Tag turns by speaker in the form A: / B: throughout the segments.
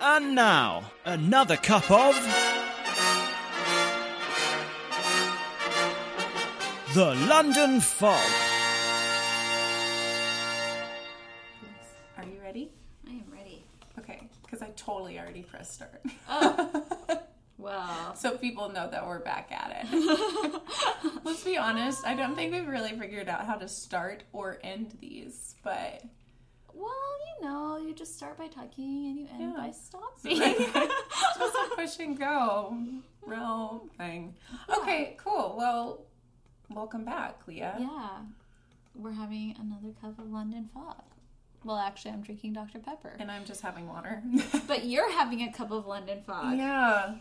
A: And now, another cup of. The London Fog.
B: Are you ready?
C: I am ready.
B: Okay, because I totally already pressed start.
C: Well,
B: so people know that we're back at it. Let's be honest, I don't think we've really figured out how to start or end these, but
C: well, you know, you just start by tucking and you end
B: Yeah.
C: by stopping.
B: just a push and go real thing. Okay, cool. Well, welcome back, Leah.
C: yeah, we're having another cup of London Fog. Well, actually, I'm drinking Dr. Pepper,
B: And I'm just having water.
C: but you're having a cup of London Fog
B: yeah.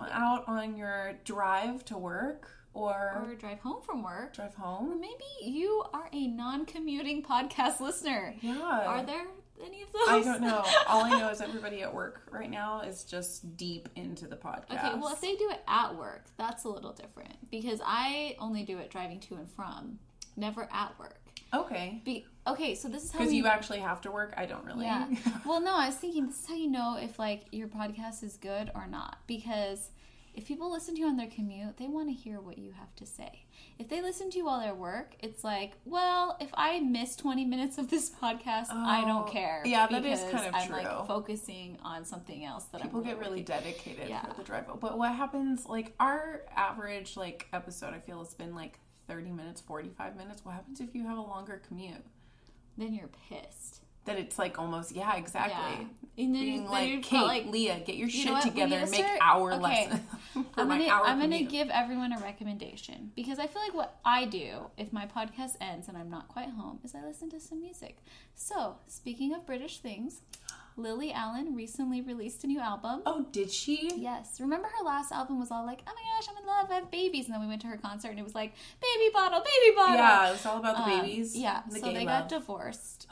B: Out on your drive to work
C: or
B: or
C: drive home from work.
B: drive home.
C: Maybe you are a non-commuting podcast listener.
B: Yeah.
C: Are there any of those?
B: I don't know. All I know is everybody at work right now is just deep into the podcast.
C: Okay, well, if they do it at work, that's a little different because I only do it driving to and from, never at work.
B: okay,
C: Be- okay, so this is how
B: because
C: you
B: you actually have to work. I don't really.
C: Yeah. Well, no, I was thinking this is how you know if like your podcast is good or not because if people listen to you on their commute, they want to hear what you have to say. If they listen to you while they're work, it's like, well, if I miss 20 minutes of this podcast, I
B: Oh,
C: don't care.
B: yeah, that is
C: because
B: kind of
C: I'm
B: true.
C: like focusing on something else that
B: People
C: I'm
B: get really
C: working-
B: dedicated
C: Yeah.
B: for the drive. But what happens? Like our average like episode, I feel has been like thirty minutes, forty five minutes. What happens if you have a longer commute?
C: then you're pissed.
B: That it's like almost yeah,
C: Yeah.
B: exactly.
C: And then,
B: Being
C: then
B: like,
C: you're
B: Kate,
C: like
B: Leah, get your
C: you
B: shit
C: know what, we
B: together
C: need to
B: and make
C: start-
B: our
C: okay.
B: lesson for
C: I'm
B: my
C: gonna,
B: hour
C: I'm gonna
B: commute.
C: give everyone a recommendation because I feel like what I do if my podcast ends and I'm not quite home is I listen to some music. So speaking of British things, Lily Allen recently released a new album.
B: Oh, did she?
C: Yes, remember her last album was all like, "Oh my gosh, I'm in love, I have babies," and then we went to her concert and it was like, "Baby bottle, baby bottle."
B: Yeah, it was all about the
C: Um,
B: babies.
C: yeah,
B: the
C: so
B: gay
C: they
B: love.
C: got divorced.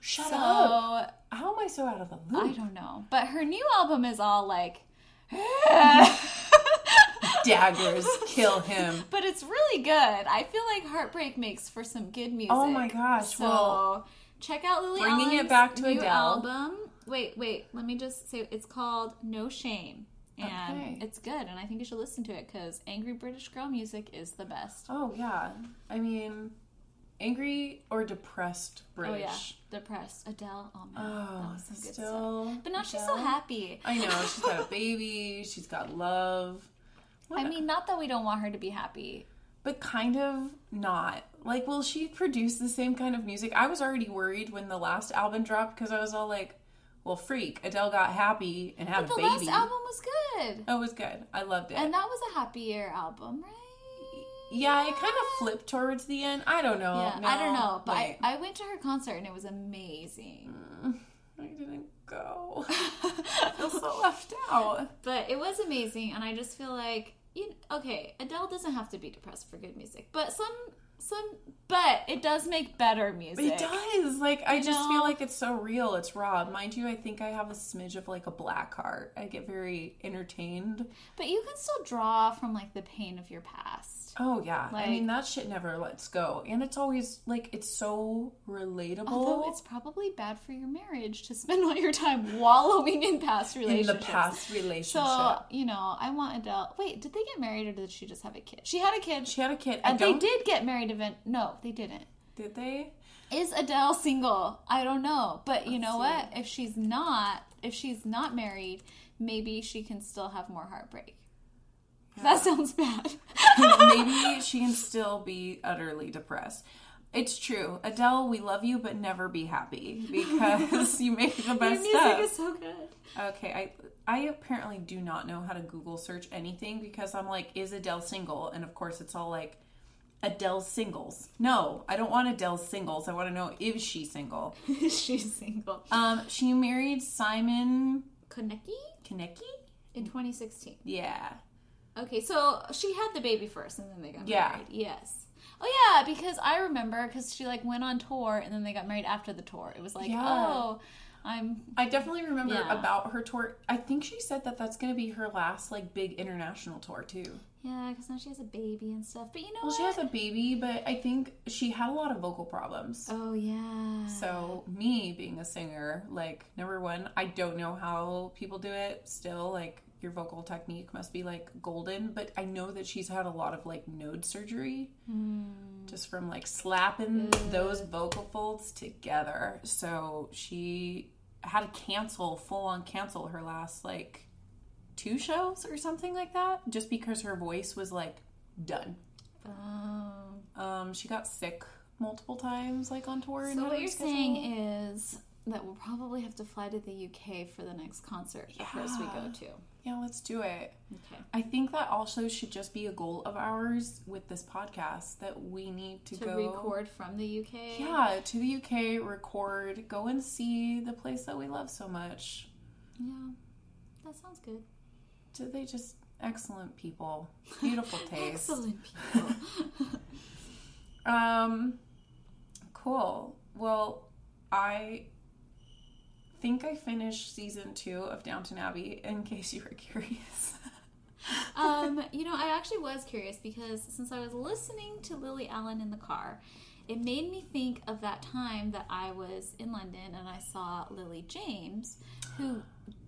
B: Shut
C: so
B: up. How am I so out of the loop?
C: I don't know, but her new album is all like.
B: Daggers, kill him.
C: But it's really good. I feel like Heartbreak makes for some good music.
B: Oh my gosh,
C: So
B: well,
C: check out Lily
B: bringing it
C: Allen's
B: back to
C: new
B: Adele.
C: album. Wait, wait. Let me just say it's called No Shame, and
B: Okay.
C: it's good. And I think you should listen to it because angry British girl music is the best.
B: Oh yeah. I mean, angry or depressed
C: Oh yeah,
B: British.
C: depressed Adele. Oh man, that
B: Oh,
C: was some good stuff.
B: still.
C: But now she's so
B: Adele.
C: happy.
B: I know she's got a baby. She's got love. What
C: I
B: a-
C: mean, not that we don't want her to be happy.
B: but kind of not. Like, will she produce the same kind of music? I was already worried when the last album dropped because I was all like, "Well, freak, Adele got happy and had
C: But
B: a
C: the
B: baby."
C: last album was good,
B: Oh, it was good. I loved it.
C: and that was a happier album, right?
B: yeah, it kind of flipped towards the end. I don't know.
C: Yeah, I don't
B: No,
C: know, but I,
B: wait.
C: I went to her concert and it was amazing.
B: I didn't go. I feel so left out.
C: But it was amazing, and I just feel like, you okay, Adele doesn't have to be depressed for good music, but some, some, but it does make better music.
B: It does. Like I just feel
C: know?
B: like it's so real. It's raw. Mind you, I think I have a smidge of like a black heart. I get very entertained.
C: But you can still draw from like the pain of your past.
B: Oh yeah. I
C: Like-
B: mean that shit never lets go. And it's always like it's so relatable.
C: Although it's probably bad for your marriage to spend all your time wallowing in past
B: in
C: relationships.
B: the past relationship.
C: So, you know, I want Adele. Wait, did they get married or did she just have a kid? She had a kid.
B: she had a kid. I
C: and they
B: don't-
C: did get married event. No, they didn't.
B: Did they?
C: Is Adele single? I don't know. But you know what? If she's not, if she's not married, maybe she can still have more heartbreak. That sounds bad.
B: Maybe she can still be utterly depressed. It's true. Adele, we love you, but never be happy because you make the
C: Your
B: best
C: music
B: stuff.
C: is so good.
B: Okay, I I apparently do not know how to Google search anything because I'm like, is Adele single? And of course, it's all like Adele singles. No, I don't want Adele singles. I want to know if she's single.
C: she's single.
B: Um, she married Simon
C: Konecki
B: Konecki.
C: in 2016.
B: Yeah,
C: Okay, so she had the baby first, and then they got
B: Yeah.
C: married. Yes. Oh yeah, because I remember because she like went on tour, and then they got married after the tour. It was like,
B: Yeah.
C: oh, I'm
B: I definitely remember
C: Yeah.
B: about her tour. I think she said that that's gonna be her last like big international tour too.
C: Yeah, because now she has a baby and stuff. But you know
B: Well,
C: what?
B: she has a baby, but I think she had a lot of vocal problems.
C: oh yeah.
B: So, me being a singer, like, number one, I don't know how people do it still. Like, your vocal technique must be like golden, but I know that she's had a lot of like node surgery just from like slapping those vocal folds together. So, she had to cancel, full on cancel her last like two shows or something like that just because her voice was like done.
C: Oh.
B: Um, she got sick multiple times, like on tour. and
C: So
B: had
C: what
B: to
C: you're
B: reschedule.
C: saying is that we'll probably have to fly to the UK for the next concert of hers we go to.
B: Yeah, let's do it.
C: Okay.
B: I think that also should just be a goal of ours with this podcast that we need to,
C: To
B: go
C: record from the UK.
B: Yeah, to the UK, record, go and see the place that we love so much.
C: Yeah. That sounds good.
B: Do they just excellent people, beautiful taste.
C: Excellent people.
B: Um, cool. Well, I think I finished season two of Downton Abbey. In case you were curious.
C: um, you know, I actually was curious because since I was listening to Lily Allen in the car, it made me think of that time that I was in London and I saw Lily James, who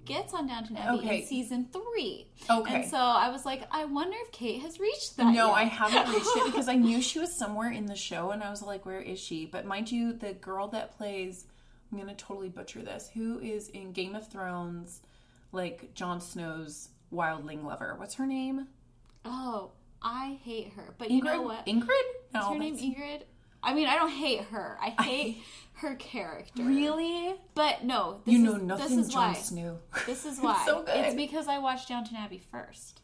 C: gets on Downton Abbey
B: Okay.
C: in season three.
B: Okay.
C: And so I was like, I wonder if Kate has reached that.
B: No,
C: yet.
B: I haven't reached it because I knew she was somewhere in the show and I was like, where is she? But mind you, the girl that plays, I'm going to totally butcher this, who is in Game of Thrones, like Jon Snow's wildling lover. What's her name?
C: Oh, I hate her. But
B: Ingrid?
C: you know what?
B: Ingrid? No,
C: Is her name
B: that's-
C: Ingrid? I mean, I don't hate her. I hate her character.
B: Really?
C: But no, this
B: You
C: is,
B: know nothing,
C: This is
B: Jon
C: why.
B: Snow.
C: This is why.
B: It's so good.
C: It's because I watched Downton Abbey first.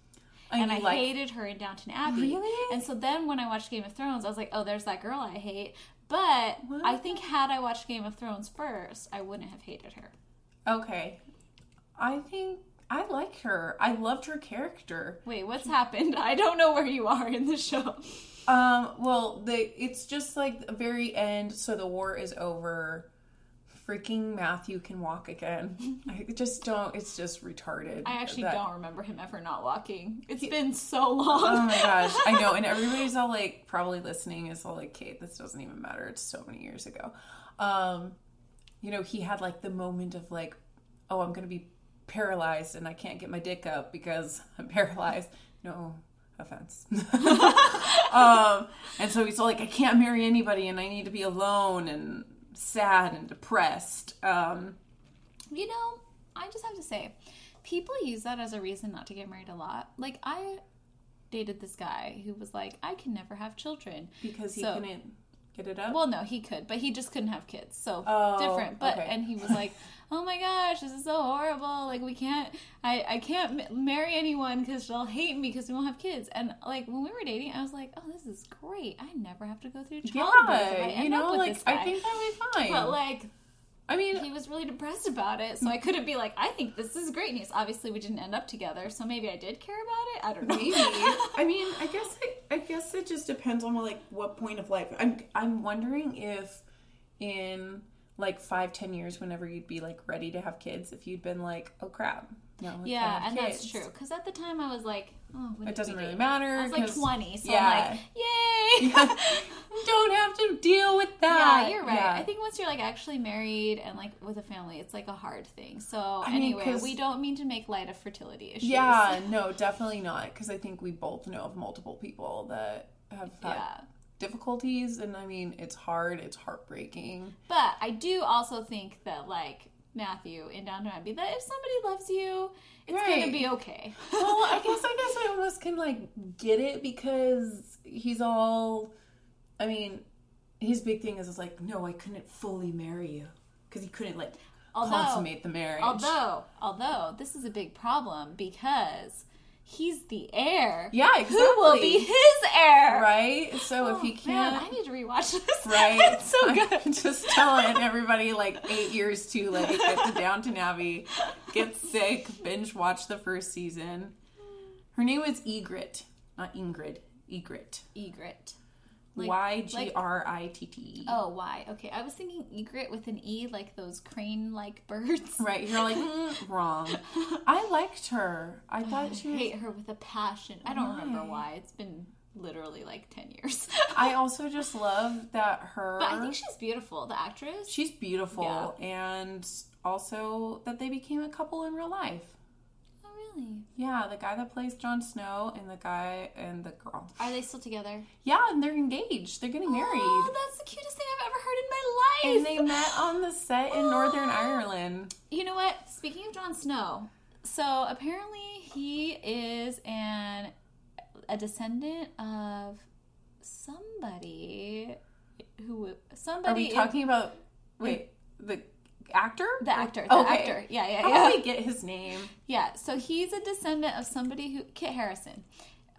C: And
B: you
C: I
B: like-
C: hated her in Downton Abbey.
B: Really?
C: And so then when I watched Game of Thrones, I was like, oh, there's that girl I hate. But I think had I watched Game of Thrones first, I wouldn't have hated her.
B: Okay. I think I like her. I loved her character.
C: Wait, what's happened? I don't know where you are in the show.
B: Um, well, the it's just like the very end, so the war is over. Freaking Matthew can walk again. I just don't. It's just retarded.
C: I actually
B: that-
C: don't remember him ever not walking. It's been so long.
B: Oh my gosh, I know. And everybody's all like, probably listening is all like, Kate, this doesn't even matter. It's so many years ago. Um, you know, he had like the moment of like, oh, I'm gonna be paralyzed and I can't get my dick up because I'm paralyzed. No offense. um, and so he's all like, I can't marry anybody and I need to be alone and sad and depressed. Um,
C: You know, I just have to say, people use that as a reason not to get married a lot. Like I dated this guy who was like, I can never have children.
B: because he
C: So-
B: couldn't get it up.
C: Well, no, he could, but he just couldn't have kids. So
B: Oh,
C: different. But
B: okay.
C: and he was like, "Oh my gosh, this is so horrible. Like we can't I I can't m- marry anyone cuz they'll hate me cuz we won't have kids." And like when we were dating, I was like, "Oh, this is great. I never have to go through childbirth." if I
B: yeah, you
C: end up
B: know,
C: with
B: like
C: this guy."
B: I think that would be fine.
C: but like
B: I mean,
C: he was really depressed about it, so I couldn't be like, I think this is great news. Obviously, we didn't end up together, so maybe I did care about it. I don't know.
B: Maybe. I mean, I guess it, I guess it just depends on like what point of life. I'm I'm wondering if in like five ten years, whenever you'd be like ready to have kids, if you'd been like, oh crap, no, I can't
C: yeah,
B: have
C: and that's
B: kids."
C: true. Because at the time, I was like, oh, when
B: It
C: did
B: doesn't
C: we
B: really
C: date?
B: matter.
C: I was like
B: 'cause
C: 20, so
B: Yeah.
C: I'm like, yay!
B: Don't have to deal with that.
C: yeah, you're right.
B: Yeah.
C: I think once you're like actually married and like with a family, it's like a hard thing. So
B: mean,
C: anyway,
B: 'cause-
C: we don't mean to make light of fertility issues.
B: Yeah, no, definitely not. Because I think we both know of multiple people that have had
C: Yeah.
B: difficulties, and I mean, it's hard. It's heartbreaking.
C: But I do also think that like Matthew in Downton Abbey, that if somebody loves you, it's
B: Right.
C: gonna be okay.
B: well, I guess I guess I almost can like get it because he's all. I mean, his big thing is, is like, no, I couldn't fully marry you because he couldn't like
C: Although-
B: consummate the marriage.
C: Although, although this is a big problem because he's the heir.
B: yeah, exactly.
C: Who will be his heir?
B: right? So if
C: Oh,
B: he
C: man,
B: can't,
C: I need to rewatch this.
B: right?
C: it's so good.
B: I'm just telling everybody like eight years too late. Get to Downton Abbey, get sick, binge watch the first season. Her name is Egret, not Ingrid. Egret.
C: Egret. Like-
B: Y
C: like-
B: G R I T T E.
C: Oh, why? Okay, I was thinking egret with an e, like those crane-like birds.
B: Right, you're like mm, wrong. I liked her.
C: Oh,
B: I thought she
C: I
B: was
C: hate her with a passion. I don't remember
B: Why?
C: why. It's been literally like ten years.
B: I also just love that her.
C: but I think she's beautiful, the actress.
B: she's beautiful, and also that they became a couple in real life.
C: oh, really?
B: Yeah, the guy that plays Jon Snow and the guy and the girl.
C: Are they still together?
B: Yeah, and they're engaged. They're getting married,
C: Oh, that's the cutest thing I've ever heard in
B: and
C: my life.
B: they met on the set in Northern Ireland.
C: You know what? Speaking of Jon Snow, so apparently he is an a descendant of somebody who
B: Are
C: somebody
B: we
C: in-
B: talking about wait the actor?
C: the actor, the
B: Okay.
C: actor. Yeah, yeah,
B: How
C: yeah.
B: did we get his name?
C: Yeah, so he's a descendant of somebody who Kit Harrison,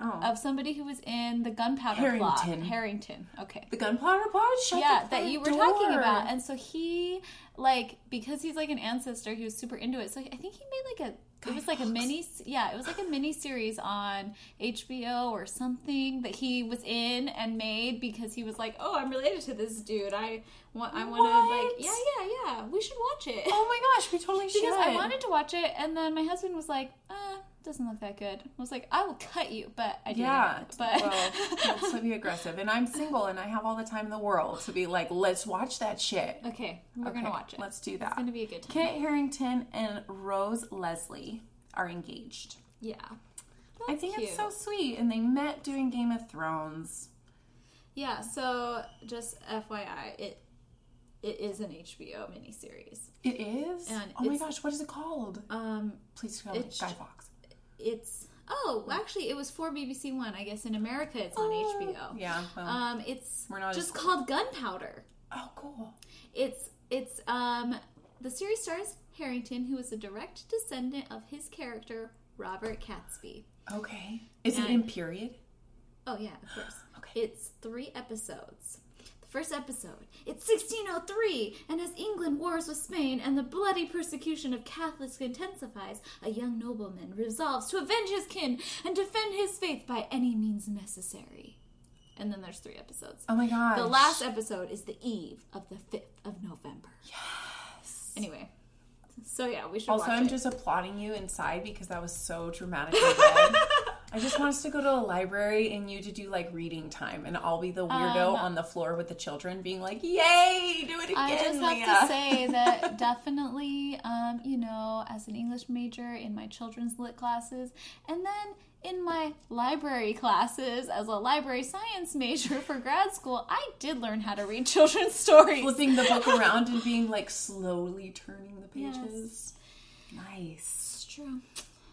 B: Oh,
C: of somebody who was in the Gunpowder Plot.
B: Harrington.
C: Harrington. Okay.
B: the Gunpowder Plot. Shut
C: yeah,
B: the
C: that
B: front
C: you were talking
B: door.
C: about. And so he like because he's like an ancestor, he was super into it. So I think he made like a it was like a mini yeah, it was like a mini series on HBO or something that he was in and made because he was like, "Oh, I'm related to this dude. I want I want to like
B: What?
C: yeah, yeah, yeah. We should watch it."
B: Oh my gosh, we totally should.
C: because I wanted to watch it, and then my husband was like, uh, doesn't look that good. I was like, I will cut you, but I didn't.
B: Yeah,
C: but
B: well, let's be aggressive. And I'm single, and I have all the time in the world to be like, let's watch that shit.
C: okay, we're gonna
B: Okay,
C: watch it.
B: Let's do
C: It's
B: that.
C: gonna be a good time.
B: Kit Harrington and Rose Leslie are engaged.
C: Yeah,
B: I think it's so
C: cute.
B: sweet, and they met doing Game of Thrones.
C: yeah. So just FYI, it it is an HBO miniseries.
B: It is.
C: And
B: oh my
C: it's-
B: gosh, what is it called?
C: Um,
B: Please tell me,
C: it's-
B: Guy Fox.
C: it's oh,
B: Hmm.
C: actually, it was for BBC One. I guess in America, it's on HBO.
B: Oh. Yeah. Well,
C: Um, it's
B: We're not
C: just
B: as-
C: called Gunpowder.
B: oh, cool.
C: It's it's um the series stars Harrington, who is a direct descendant of his character Robert Catesby.
B: Okay. Is it in
C: And-
B: period?
C: Oh yeah, of course.
B: Okay.
C: It's three episodes. The first episode, it's 1603, and as England wars with Spain and the bloody persecution of Catholics intensifies, a young nobleman resolves to avenge his kin and defend his faith by any means necessary. And then there's three episodes.
B: Oh my gosh.
C: The last episode is the eve of the 5th of November. Yes. Anyway, so yeah, we should
B: Also,
C: watch
B: I'm
C: it.
B: just applauding you inside because that was so dramatically read. I just want us to go to a library and you to do like reading time, and I'll be the weirdo on the floor with the children, being like, "Yay, do it again!"
C: Um, I just have
B: Leah."
C: to say that definitely, um, you know, as an English major in my children's lit classes, and then in my library classes as a library science major for grad school, I did learn how to read children's stories.
B: flipping the book around and being like slowly turning the pages. Nice,
C: It's true.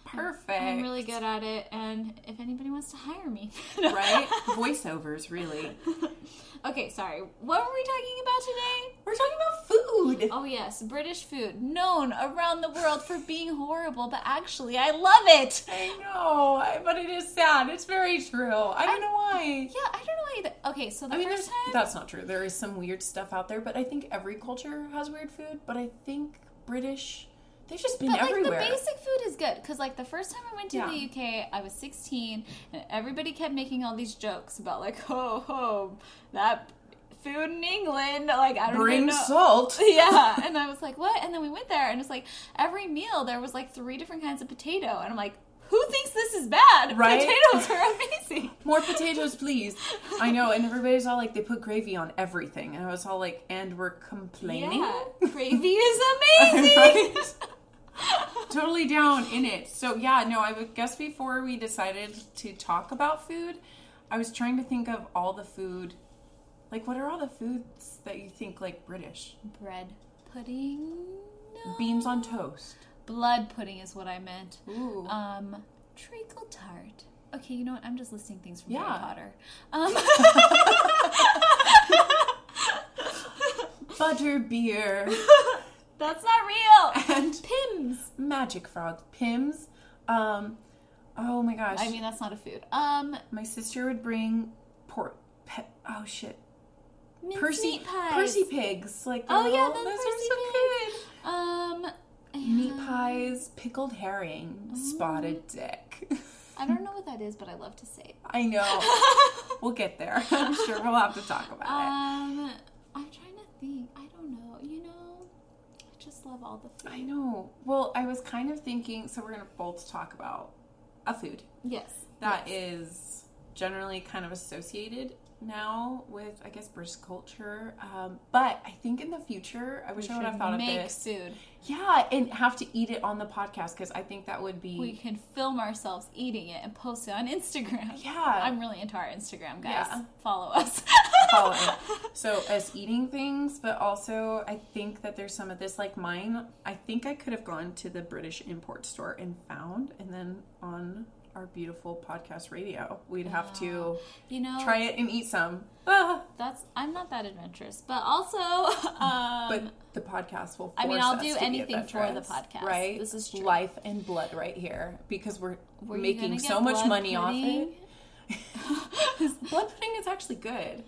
B: perfect.
C: I'm really good at it, and if anybody wants to hire me,
B: right? Voiceovers, really.
C: Okay, sorry. What were we talking about today?
B: We're talking about food.
C: Oh yes, British food, known around the world for being horrible, but actually I love it.
B: I know, I- but it is sad. It's very true. I don't know why.
C: Yeah, I don't know either. Okay, so the
B: I mean,
C: first
B: there's,
C: time
B: that's not true. There is some weird stuff out there, but I think every culture has weird food. But I think British, they've just been
C: But like
B: everywhere.
C: the basic food is good because like the first time I went to
B: Yeah.
C: the UK, I was 16, and everybody kept making all these jokes about like, ho ho, that food in England, like I don't even
B: Bring
C: know.
B: salt.
C: yeah, and I was like, what? And then we went there, and it's like every meal there was like three different kinds of potato, and I'm like, who thinks this is bad?
B: Right?
C: Potatoes are amazing.
B: More potatoes, please. I know, and everybody's all like, they put gravy on everything, and I was all like, and we're complaining.
C: Yeah, gravy is amazing.
B: Right? totally down in it. So yeah, no, I would guess before we decided to talk about food, I was trying to think of all the food. Like, what are all the foods that you think like British?
C: Bread pudding. No.
B: Beans on toast. Uh,
C: Blood pudding is what I meant.
B: Ooh.
C: Um, treacle tart. Okay, you know what? I'm just listing things from
B: Yeah.
C: Harry Potter. Um,
B: Butter beer.
C: that's not real.
B: And-
C: pims.
B: Magic frog. Pims. Um, oh my gosh.
C: I mean, that's not a food. Um,
B: my sister would bring pork. Pe- oh shit.
C: minced
B: Percy.
C: meat pies.
B: Percy pigs. Like the
C: Oh, yeah,
B: little-
C: the
B: those
C: Percy
B: are so good.
C: Um,
B: Meat
C: yeah.
B: pies, pickled herring, spotted dick.
C: I don't know what that is, but I love to say. it.
B: I know. We'll get there. I'm sure we'll have to talk about it.
C: Um, I'm trying to think. I don't know. You know, I just love all the food.
B: I know. Well, I was kind of thinking. So we're gonna both talk about a food
C: Yes.
B: that is generally kind of associated now with, I guess, British culture. Um, but I think in the future, I wish I would have thought of
C: make
B: this.
C: food.
B: Yeah, and have to eat it on the podcast because I think that would be.
C: We can film ourselves eating it and post it on Instagram.
B: Yeah.
C: I'm really into our Instagram, guys.
B: Yeah.
C: Follow us.
B: follow it. So as eating things, but also I think that there's some of this like mine. I think I could have gone to the British import store and found, and then on our beautiful podcast radio, we'd have to
C: You know,
B: try it and eat some. Ah,
C: that's I'm not that adventurous, but also, um,
B: but the podcast will. Force
C: I mean, I'll
B: us
C: do
B: to be
C: anything for the
B: adventurous,
C: podcast.
B: Right,
C: This is true.
B: life and blood right here because we're
C: were you
B: making
C: gonna
B: so
C: get
B: much
C: blood
B: money
C: pudding?
B: off it. blood pudding is actually good.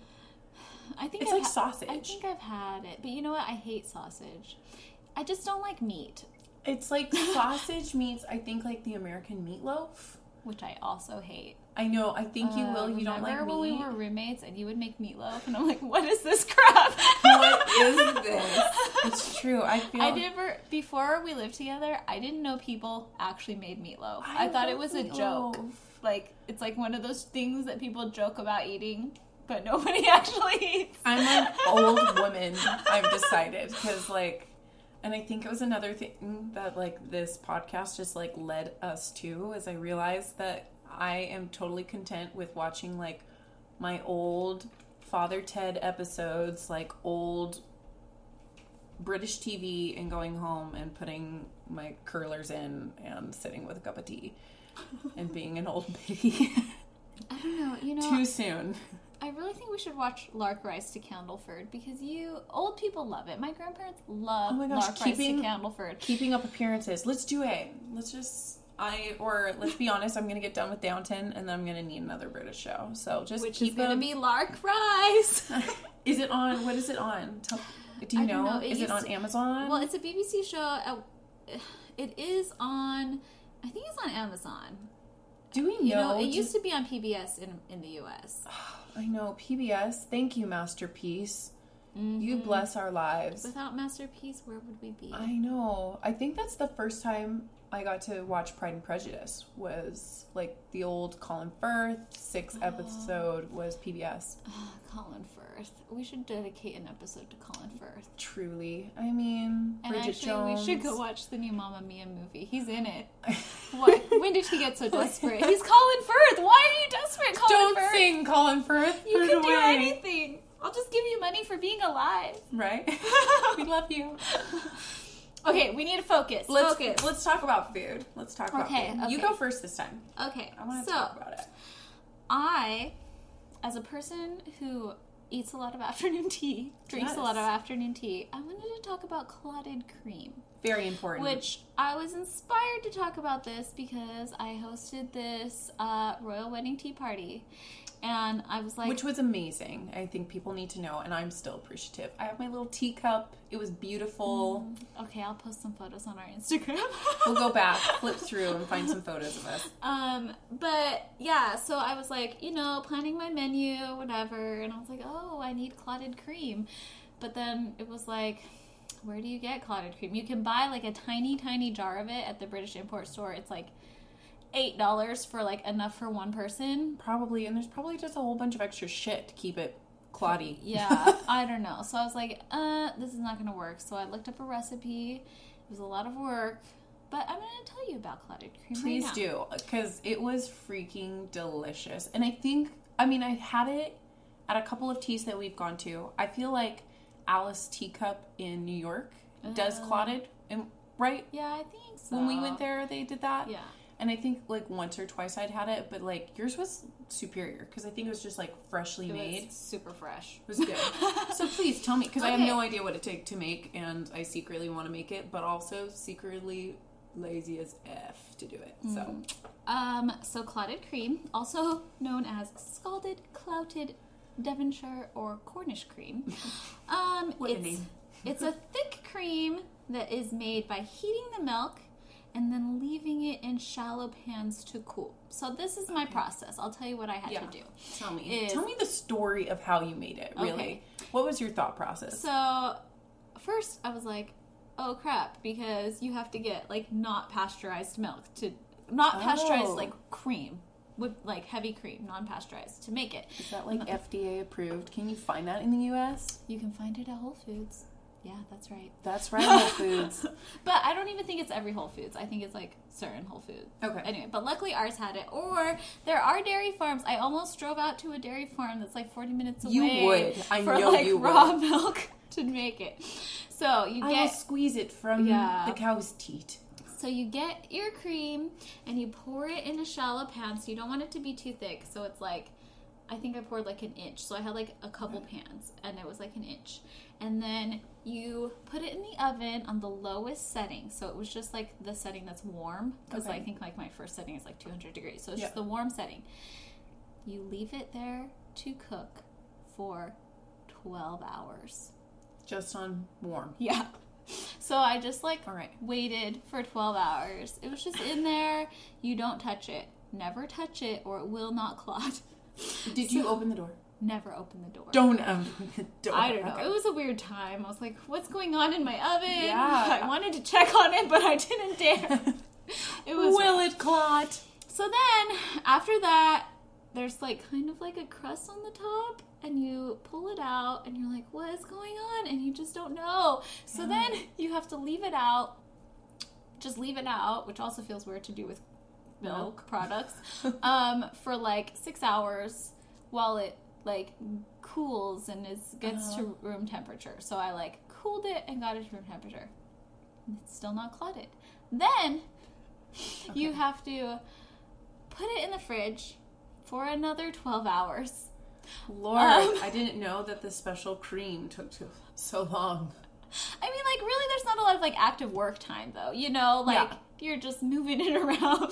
C: I think
B: It's
C: I've
B: like sausage.
C: I think I've had it, but you know what? I hate sausage. I just don't like meat,
B: It's like sausage meats. I think like the American meatloaf.
C: which I also hate. Um,
B: I know. I think you will. You don't like
C: Remember
B: me.
C: when we were roommates and you would make meatloaf, and I'm like, what is this crap?
B: What is this? It's true. I feel.
C: I never before we lived together. I didn't know people actually made meatloaf. I, thought it
B: love
C: was a joke.
B: meatloaf.
C: Like it's like one of those things that people joke about eating, but nobody actually eats.
B: I'm an old woman. I've decided because like, and I think it was another thing that like this podcast just like led us to is I realized that I am totally content with watching like my old Father Ted episodes, like old British TV, and going home and putting my curlers in and sitting with a cup of tea and being an old lady.
C: I don't know. You know,
B: Too soon.
C: I really think we should watch Lark Rice to Candleford because you old people love it. My grandparents love
B: Oh my gosh,
C: Lark
B: keeping-
C: Rice to Candleford.
B: keeping up appearances. Let's do it. Let's just I or let's be honest. I'm gonna get done with Downton, and then I'm gonna need another British show. So just
C: Which
B: keep
C: is going to
B: them-
C: be Lark Rice.
B: is it on? What is it on? Tell, do you
C: I
B: know?
C: don't know. It
B: Is it
C: used
B: on
C: to-
B: Amazon?
C: well, it's a BBC show. At, it is on, I think it's on Amazon.
B: do we know?
C: You know, it
B: do-
C: used to be on PBS in, in the US.
B: I know PBS. Thank you, masterpiece. You
C: Mm-hmm.
B: bless our lives.
C: Without Masterpiece, where would we be?
B: I know. I think that's the first time I got to watch Pride and Prejudice. Was like the old Colin Firth sixth episode was PBS.
C: Ah, Colin Firth. We should dedicate an episode to Colin Firth.
B: Truly, I mean,
C: And
B: Bridget
C: actually,
B: Jones.
C: we should go watch the new Mamma Mia movie. He's in it. What? when did he get so desperate? He's Colin Firth. Why are you desperate, Colin
B: Don't
C: Firth?
B: sing, Colin Firth.
C: you
B: Put it
C: can do
B: away.
C: anything. I'll just give you money for being alive.
B: right? we love you.
C: Okay, we need to focus.
B: Let's
C: focus.
B: let's talk about food. Let's talk about
C: Okay,
B: food.
C: okay.
B: You go first this time.
C: okay,
B: I want to
C: so
B: talk about it.
C: I, as a person who eats a lot of afternoon tea, drinks a lot of
B: Yes.
C: afternoon tea, I wanted to talk about clotted cream.
B: Very important.
C: Which I was inspired to talk about this because I hosted this uh, royal wedding tea party, and I was like,
B: which was amazing. I think people need to know, and I'm still appreciative. I have my little teacup. It was beautiful.
C: "Okay, I'll post some photos on our Instagram."
B: We'll go back, flip through, and find some photos of us.
C: Um, but yeah, so I was like, you know, planning my menu, whatever, and I was like, oh, I need clotted cream, but then it was like. Where do you get clotted cream? You can buy like a tiny, tiny jar of it at the British import store. It's like eight dollars for like enough for one person.
B: Probably, and there's probably just a whole bunch of extra shit to keep it cloddy.
C: Yeah, I don't know. So I was like, uh, this is not going to work. So I looked up a recipe. It was a lot of work, but I'm going to tell you about clotted cream.
B: Please
C: right now.
B: do, because it was freaking delicious. And I think, I mean, I had it at a couple of teas that we've gone to. I feel like Alice Teacup in New York does clotted, and right?
C: Yeah, I think Oh. so.
B: When we went there, they did that.
C: Yeah.
B: And I think like once or twice I'd had it, but like yours was superior because I think it was just like freshly
C: It was
B: made.
C: super fresh.
B: It was good. so please tell me because I have no
C: Okay.
B: idea what it take to make, and I secretly want to make it, but also secretly lazy as f to do it. So.
C: Mm-hmm. Um, so clotted cream, also known as scalded, clouted Devonshire or Cornish cream. Um,
B: What a
C: it's,
B: name.
C: it's a thick cream that is made by heating the milk and then leaving it in shallow pans to cool. So this is my process. I'll tell you what I had
B: Yeah.
C: to do.
B: Tell me.
C: is-
B: Tell me the story of how you made it, really.
C: Okay.
B: What was your thought process?
C: So first I was like, oh crap, because you have to get like not pasteurized milk to not pasteurized
B: Oh.
C: like cream with like heavy cream, non pasteurized to make it.
B: is that like FDA approved? Can you find that in the US?
C: You can find it at Whole Foods. Yeah, that's right.
B: That's right, Whole Foods.
C: But I don't even think it's every Whole Foods. I think it's like certain Whole Foods.
B: Okay.
C: Anyway, but luckily ours had it. Or there are dairy farms. I almost drove out to a dairy farm that's like 40 minutes away.
B: You would. I
C: for
B: know
C: like
B: you
C: raw milk to make it. So you
B: I
C: get
B: will squeeze it from
C: Yeah.
B: the cow's teat.
C: so you get your cream and you pour it in a shallow pan. So you don't want it to be too thick. So it's like I think I poured like an inch. So I had like a couple
B: Mm-hmm.
C: pans and it was like an inch. And then you put it in the oven on the lowest setting. So it was just like the setting that's warm. Because
B: Okay.
C: I think like my first setting is like 200 degrees. So it's
B: Yeah.
C: just the warm setting. You leave it there to cook for 12 hours.
B: Just on warm.
C: Yeah. So I just like
B: All right.
C: waited for 12 hours. It was just in there. You don't touch it. Never touch it or it will not clot.
B: Did you open the door?
C: Never open the door.
B: Don't open the door.
C: I don't know.
B: Okay.
C: It was a weird time. I was like, what's going on in my oven?
B: Yeah.
C: I wanted to check on it, but I didn't dare. it was
B: Will it clot?
C: So then, after that, there's like kind of like a crust on the top, and you pull it out, and you're like, what is going on? And you just don't know. So then you have to leave it out, just leave it out, which also feels weird to do with milk,
B: Milk.
C: products, um, for like six hours while it like cools and is gets to room temperature. So I like cooled it and got it to room temperature. It's still not clotted. Then you have to put it in the fridge for another 12 hours.
B: Lord,
C: Um.
B: I didn't know that the special cream took to so long.
C: I mean, like, really, there's not a lot of like active work time, though. You know, like
B: Yeah.
C: you're just moving it around.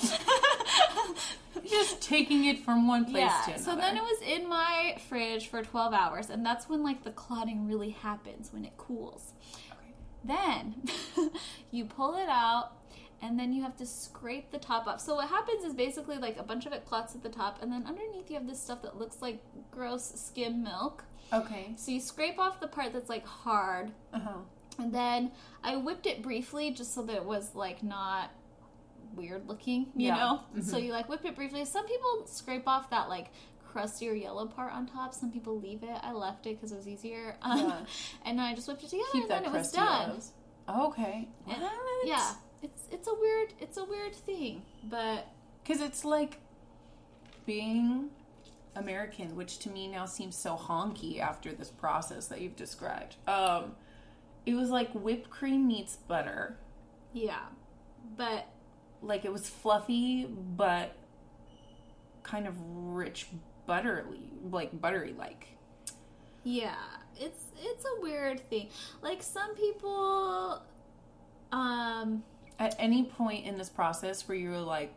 B: Just taking it from one place to
C: yeah.
B: another.
C: So then it was in my fridge for 12 hours, and that's when like the clotting really happens when it cools.
B: Okay.
C: Then you pull it out and then you have to scrape the top off. So what happens is basically like a bunch of it clots at the top and then underneath you have this stuff that looks like gross skim milk.
B: Okay.
C: So you scrape off the part that's like hard
B: Uh huh.
C: and then I whipped it briefly just so that it was like not weird looking, you
B: Yeah. Mm-hmm.
C: know? So you like whipped it briefly. Some people scrape off that like crusty or yellow part on top. Some people leave it. I left it because it was easier. Um,
B: Yeah.
C: And then I just whipped it together
B: Keep
C: and
B: that
C: then it was
B: crusty
C: done.
B: yellows. Okay.
C: And-
B: What?
C: Yeah. It's it's a weird it's a weird thing, but
B: Because it's like being American, which to me now seems so honky after this process that you've described. Um, it was like whipped cream meets butter.
C: yeah. But
B: Like it was fluffy, but kind of rich, butterly, like buttery like.
C: Yeah, it's it's a weird thing. Like some people, um,
B: At any point in this process where you were like,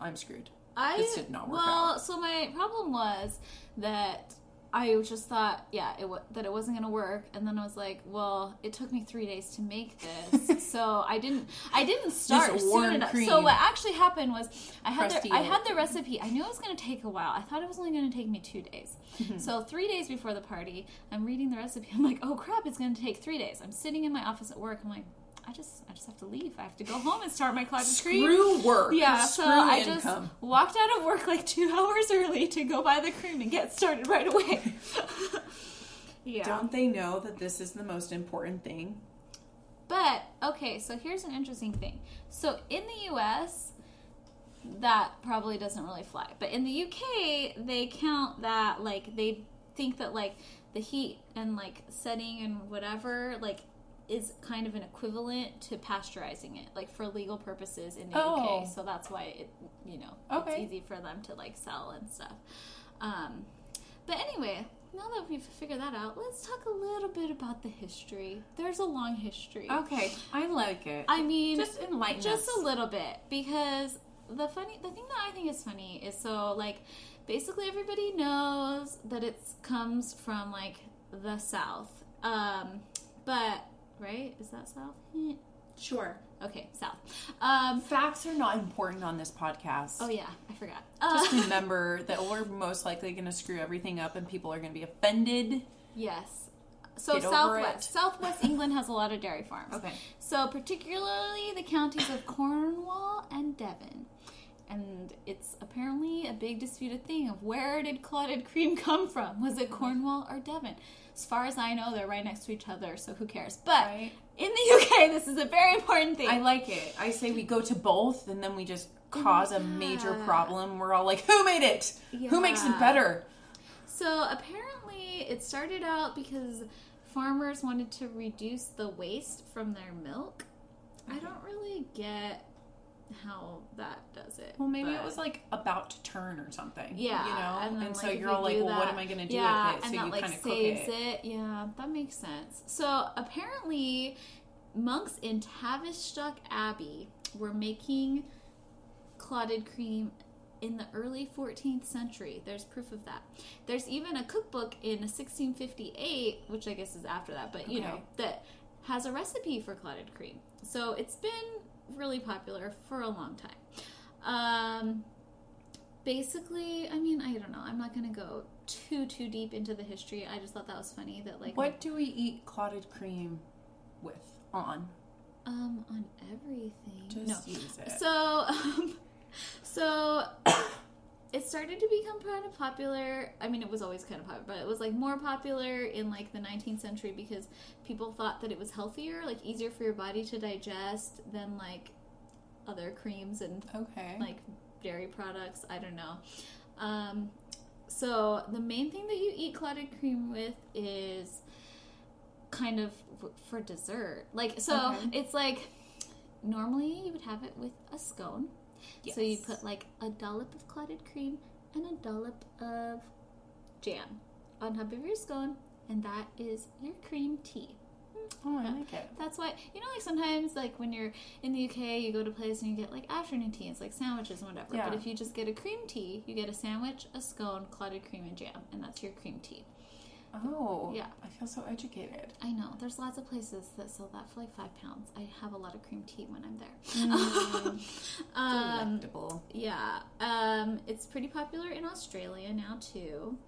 B: I'm screwed.
C: I
B: This did not work
C: well, so my problem was that I just thought, yeah, it wa that it wasn't gonna work, and then I was like, well, it took me three days to make this, so I didn't, I didn't start
B: warm
C: soon enough. So
B: cream.
C: what actually happened was I had
B: Crusty
C: the, I
B: yolk.
C: had the recipe. I knew it was gonna take a while. I thought it was only gonna take me two days. So three days before the party, I'm reading the recipe. I'm like, oh crap, it's gonna take three days. I'm sitting in my office at work. I'm like. I just, I just have to leave. I have to go home and start my closet cream.
B: Screw work.
C: Yeah,
B: Screw
C: so I just
B: income.
C: walked out of work like two hours early to go buy the cream and get started right away. yeah.
B: Don't they know that this is the most important thing?
C: But, okay, so here's an interesting thing. So in the US, that probably doesn't really fly. But in the UK, they count that, like, they think that, like, the heat and, like, setting and whatever, like, is kind of an equivalent to pasteurizing it, like for legal purposes in the
B: Oh.
C: UK. So that's why it, you know,
B: Okay.
C: it's easy for them to like sell and stuff. Um, but anyway, now that we've figured that out, let's talk a little bit about the history. There's a long history.
B: Okay, I like it.
C: I mean,
B: Just enlighten
C: just
B: us.
C: a little bit because the funny, the thing that I think is funny is so like basically everybody knows that it comes from like the South, um, but right? Is that South?
B: sure.
C: Okay, South. Um,
B: Facts are not important on this podcast.
C: oh yeah, I forgot.
B: Just
C: Uh,
B: remember that we're most likely going to screw everything up and people are going to be offended.
C: yes. So
B: Get over it.
C: Southwest, Southwest England has a lot of dairy farms.
B: Okay.
C: So particularly the counties of Cornwall and Devon. And it's apparently a big disputed thing of where did clotted cream come from? Was it Cornwall or Devon? As far as I know, they're right next to each other, so who cares? But
B: Right.
C: in the UK, this is a very important thing.
B: I like it. I say we go to both and then we just
C: Oh
B: cause a major
C: Yeah.
B: problem. We're all like, who made it? Who makes it
C: Yeah.
B: better?
C: So apparently, it started out because farmers wanted to reduce the waste from their milk. I don't really get how that does it.
B: Well, maybe it
C: but-
B: was like about to turn or something.
C: yeah,
B: You know? And,
C: then,
B: so
C: if
B: you're
C: you
B: all like,
C: do
B: well, what
C: that-
B: am I going to do
C: yeah,
B: with it? So
C: and
B: you
C: that like
B: kind of cook
C: saves
B: it.
C: Yeah, that makes sense. So apparently, monks in Tavistock Abbey were making clotted cream in the early 14th century. There's proof of that. There's even a cookbook in 1658, which I guess is after that, but you know,
B: Okay.
C: that has a recipe for clotted cream. So it's been really popular for a long time. Um, basically, I mean, I don't know. I'm not going to go too too deep into the history. I just thought that was funny that like
B: What do we eat clotted cream with? On.
C: um on everything.
B: Just
C: no.
B: use it.
C: So, um, so it started to become kind of popular. I mean, it was always kind of popular, but it was like more popular in like the 19th century because people thought that it was healthier, like easier for your body to digest than like other creams and
B: okay.
C: like dairy products. I don't know. Um, so the main thing that you eat clotted cream with is kind of w- for dessert. Like so,
B: Okay.
C: it's like normally you would have it with a scone. So you
B: Yes.
C: put like a dollop of clotted cream and a dollop of jam on top of your scone, and that is your cream tea.
B: oh, I like it.
C: That's why you know, like sometimes, like when you're in the UK, you go to places and you get like afternoon tea. It's like sandwiches and whatever.
B: Yeah.
C: But if you just get a cream tea, you get a sandwich, a scone, clotted cream, and jam, and that's your cream tea.
B: Oh,
C: Yeah.
B: I feel so educated.
C: I know there's lots of places that sell that for like five pounds. I have a lot of cream tea when I'm there. um,
B: Hmm, Delectable.
C: Yeah, um, it's pretty popular in Australia now too.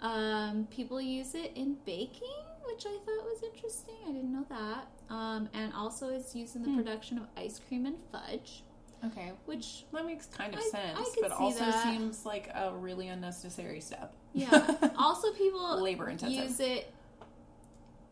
C: Um, people use it in baking, which I thought was interesting. I didn't know that. Um, and also, it's used in the production of ice cream and fudge,
B: Okay.
C: which
B: That makes kind of
C: I-
B: sense,
C: I could
B: but
C: see
B: also
C: that.
B: seems like a really unnecessary step.
C: yeah. also, people
B: Labor intensive.
C: use it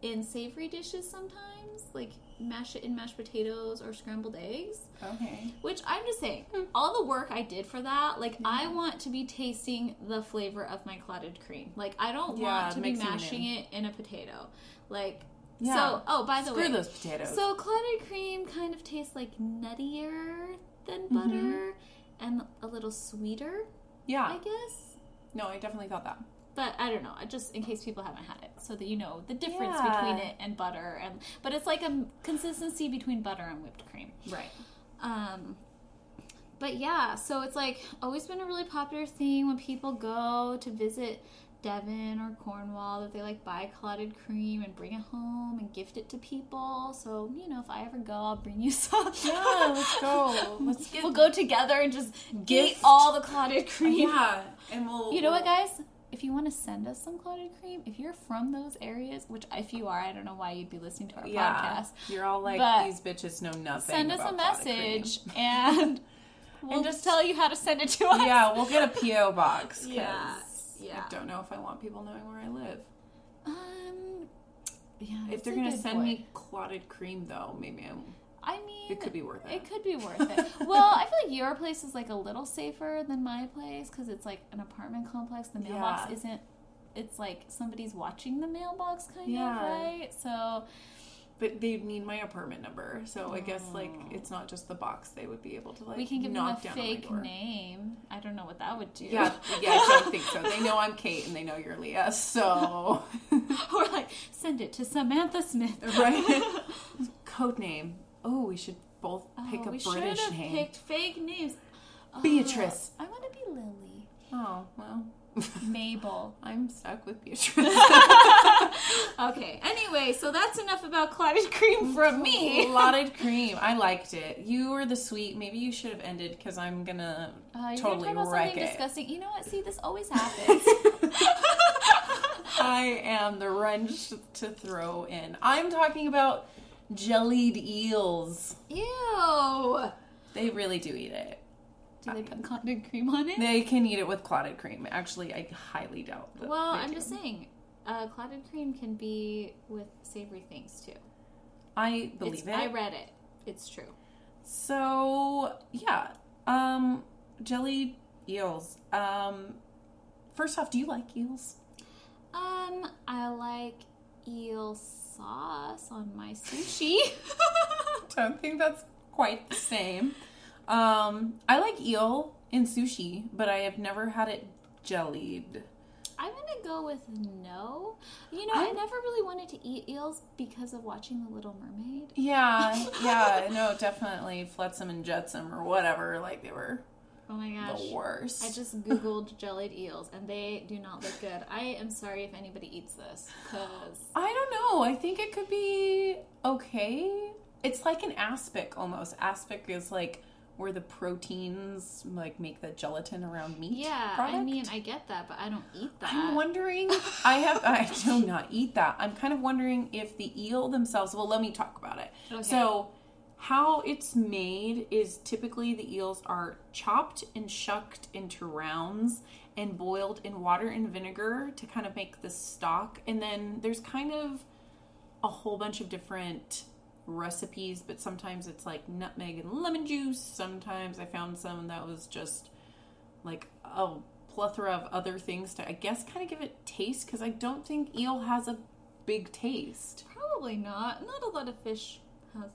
C: in savory dishes sometimes, like mash it in mashed potatoes or scrambled eggs.
B: Okay.
C: Which I'm just saying,
B: Hmm.
C: all the work I did for that, like I want to be tasting the flavor of my clotted cream. Like I don't
B: Yeah,
C: want to be
B: mixing it
C: mashing it in. a potato. Like
B: Yeah.
C: so. Oh, by the
B: Screw
C: way,
B: those potatoes.
C: so clotted cream kind of tastes like nuttier than
B: Mm-hmm.
C: butter and a little sweeter, I
B: yeah.
C: guess.
B: No, I definitely thought that.
C: But I don't know. I Just in case people haven't had it, so that you know the difference
B: Yeah.
C: between it and butter. And but it's like a consistency between butter and whipped cream.
B: Right.
C: Um, but yeah, so it's like always been a really popular thing when people go to visit Devon or Cornwall that they like buy clotted cream and bring it home and gift it to people. So you know, if I ever go, I'll bring you some.
B: Yeah, let's go. Let's get
C: we'll go together and just get
B: Gift.
C: all the clotted cream.
B: Yeah. And we'll
C: You know what, guys? If you want to send us some clotted cream, if you're from those areas, which if you are, I don't know why you'd be listening to our
B: Yeah.
C: podcast.
B: You're all like
C: But
B: these bitches know nothing.
C: Send us a
B: about clotted cream."
C: message and we'll
B: just-
C: just tell you how to send it to us.
B: Yeah, we'll get a PO box. 'cause
C: Yeah, yeah.
B: I don't know if I want people knowing where I live.
C: Um, yeah.
B: If
C: that's
B: they're
C: a
B: gonna
C: good
B: send
C: point.
B: me clotted cream, though, maybe I'm.
C: I mean,
B: it could be worth it.
C: It could be worth it. well, I feel like your place is like a little safer than my place because it's like an apartment complex. The mailbox
B: Yeah.
C: isn't. It's like somebody's watching the mailbox, kind
B: Yeah.
C: of right. So
B: But they need my apartment number, so I guess like it's not just the box. They would be able to like
C: Oh. we can give them a
B: knock down on my
C: fake
B: door.
C: name. I don't know what that would do.
B: Yeah, yeah, I don't think so. They know I'm Kate and they know you're Leah, so
C: or like send it to Samantha Smith.
B: right. Code name. Oh, we should both pick
C: Oh,
B: a
C: we should
B: British
C: have
B: name.
C: picked fake names. Oh,
B: Beatrice.
C: I want to be Lily.
B: Oh well,
C: Mabel.
B: I'm stuck with Beatrice.
C: Okay. Anyway, so that's enough about clotted cream from me.
B: Clotted cream. I liked it. You were the sweet. Maybe you should have ended because I'm gonna
C: Uh, you're
B: totally
C: gonna talk about
B: wreck
C: something
B: it.
C: disgusting. You know what? See, this always happens.
B: I am the wrench to throw in. I'm talking about jellied eels.
C: Ew.
B: They really do eat it.
C: Do they put clotted cream on it?
B: They can eat it with clotted cream. Actually, I highly doubt. that
C: Well,
B: they
C: I'm
B: do.
C: just saying, uh, clotted cream can be with savory things too.
B: I
C: It's-
B: believe it.
C: I read it. It's true.
B: So yeah, um, jelly eels. Um, first off, do you like eels?
C: Um, I like eel sauce on my sushi.
B: Don't think that's quite the same. Um, I like eel in sushi, but I have never had it jellied.
C: I'm gonna go with no. You know, I
B: I'm-
C: never really wanted to eat eels because of watching The Little Mermaid.
B: Yeah, yeah, no, definitely flotsam and jetsam or whatever. Like they were
C: Oh my gosh.
B: the worst.
C: I just googled jellied eels and they do not look good. I am sorry if anybody eats this because
B: I don't know. I think it could be okay. It's like an aspic almost. Aspic is like where the proteins like make the gelatin around meat.
C: yeah,
B: product.
C: I mean I get that, but I don't eat that.
B: I'm wondering. I have. I do not eat that. I'm kind of wondering if the eel themselves. Well, let me talk about it.
C: Okay.
B: So, how it's made is typically the eels are chopped and shucked into rounds and boiled in water and vinegar to kind of make the stock. And then there's kind of a whole bunch of different recipes, but sometimes it's like nutmeg and lemon juice. Sometimes I found some that was just like a plethora of other things to, I guess, kind of give it taste because I don't think eel has a big taste,
C: Probably not. Not a lot of fish has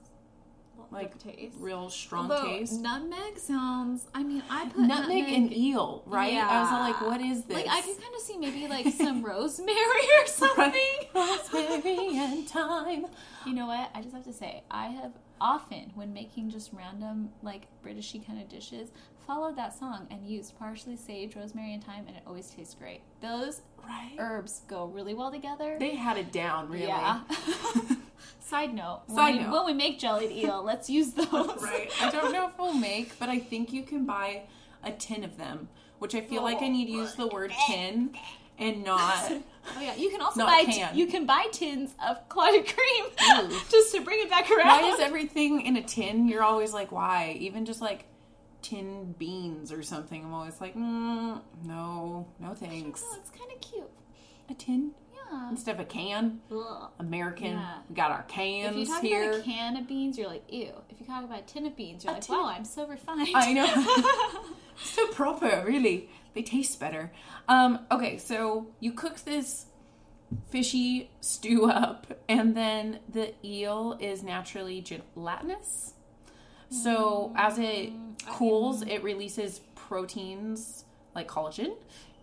C: a lot
B: Like,
C: of taste.
B: real strong
C: Although,
B: taste.
C: Nutmeg sounds. I mean, I put
B: Nutmeg and eel, right? I was all like,
C: Yeah.
B: what is this?
C: Like I could kind of see maybe like some rosemary or something.
B: Raspberry and thyme.
C: You know what? I just have to say, I have often, when making just random like Britishy kind of dishes, followed that song and used parsley, sage, rosemary, and thyme, and it always tastes great. Those
B: Right?
C: herbs go really well together.
B: Er, They had it down, really.
C: Yeah. Side note. when
B: Side
C: we-
B: note.
C: When we make jellied eel, let's use those.
B: right. I don't know if we'll make, but I think you can buy a tin of them, which I feel like I need to use the word tin and not.
C: Oh yeah, you can also
B: Not
C: buy
B: can.
C: you can buy tins of clotted cream
B: Ooh.
C: just to bring it back around.
B: Why is everything in a tin? You're always like, why? Even just like tin beans or something. I'm always like, mm, no, no thanks.
C: Oh, it's kind of cute.
B: A tin
C: Yeah.
B: instead of a can.
C: Ugh.
B: American.
C: Yeah.
B: We got our
C: If you
B: cans
C: talk
B: here.
C: about a can of beans, you're like ew. If you talk about a tin of beans, you're like
B: tin-
C: wow, I'm so refined.
B: I know. so proper, really. They taste better. Um, okay, so you cook this fishy stew up, and then the eel is naturally gelatinous. So
C: Mm.
B: as it cools, it releases proteins like collagen,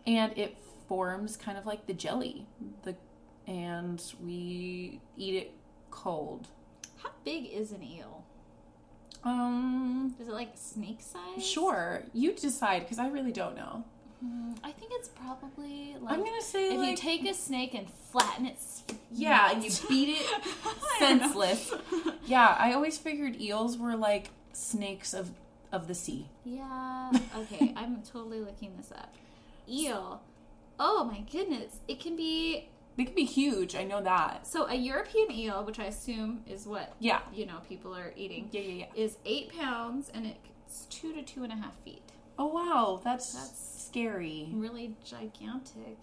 B: and it forms kind of like the jelly. The and we eat it cold.
C: How big is an eel?
B: Um,
C: Is it like snake size?
B: sure, you decide because I really don't know.
C: Mm, I think it's probably like
B: I'm gonna say
C: if
B: like,
C: you take a snake and flatten it. s-
B: yeah, and you beat it
C: I don't know.
B: senseless. yeah, I always figured eels were like snakes of of the sea.
C: Yeah. Okay, I'm totally looking this up. Eel. Oh my goodness. It can be
B: They can be huge. I know that.
C: so a European eel, which I assume is what
B: Yeah,
C: you know people are eating,
B: yeah, yeah, yeah.
C: is eight pounds and it's two to two and a half feet.
B: Oh wow, that's,
C: That's-
B: scary.
C: Really gigantic.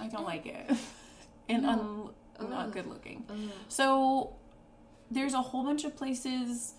B: I don't like it, and
C: No. Uh-huh.
B: un- not
C: Ugh.
B: good looking.
C: Ugh.
B: So there's a whole bunch of places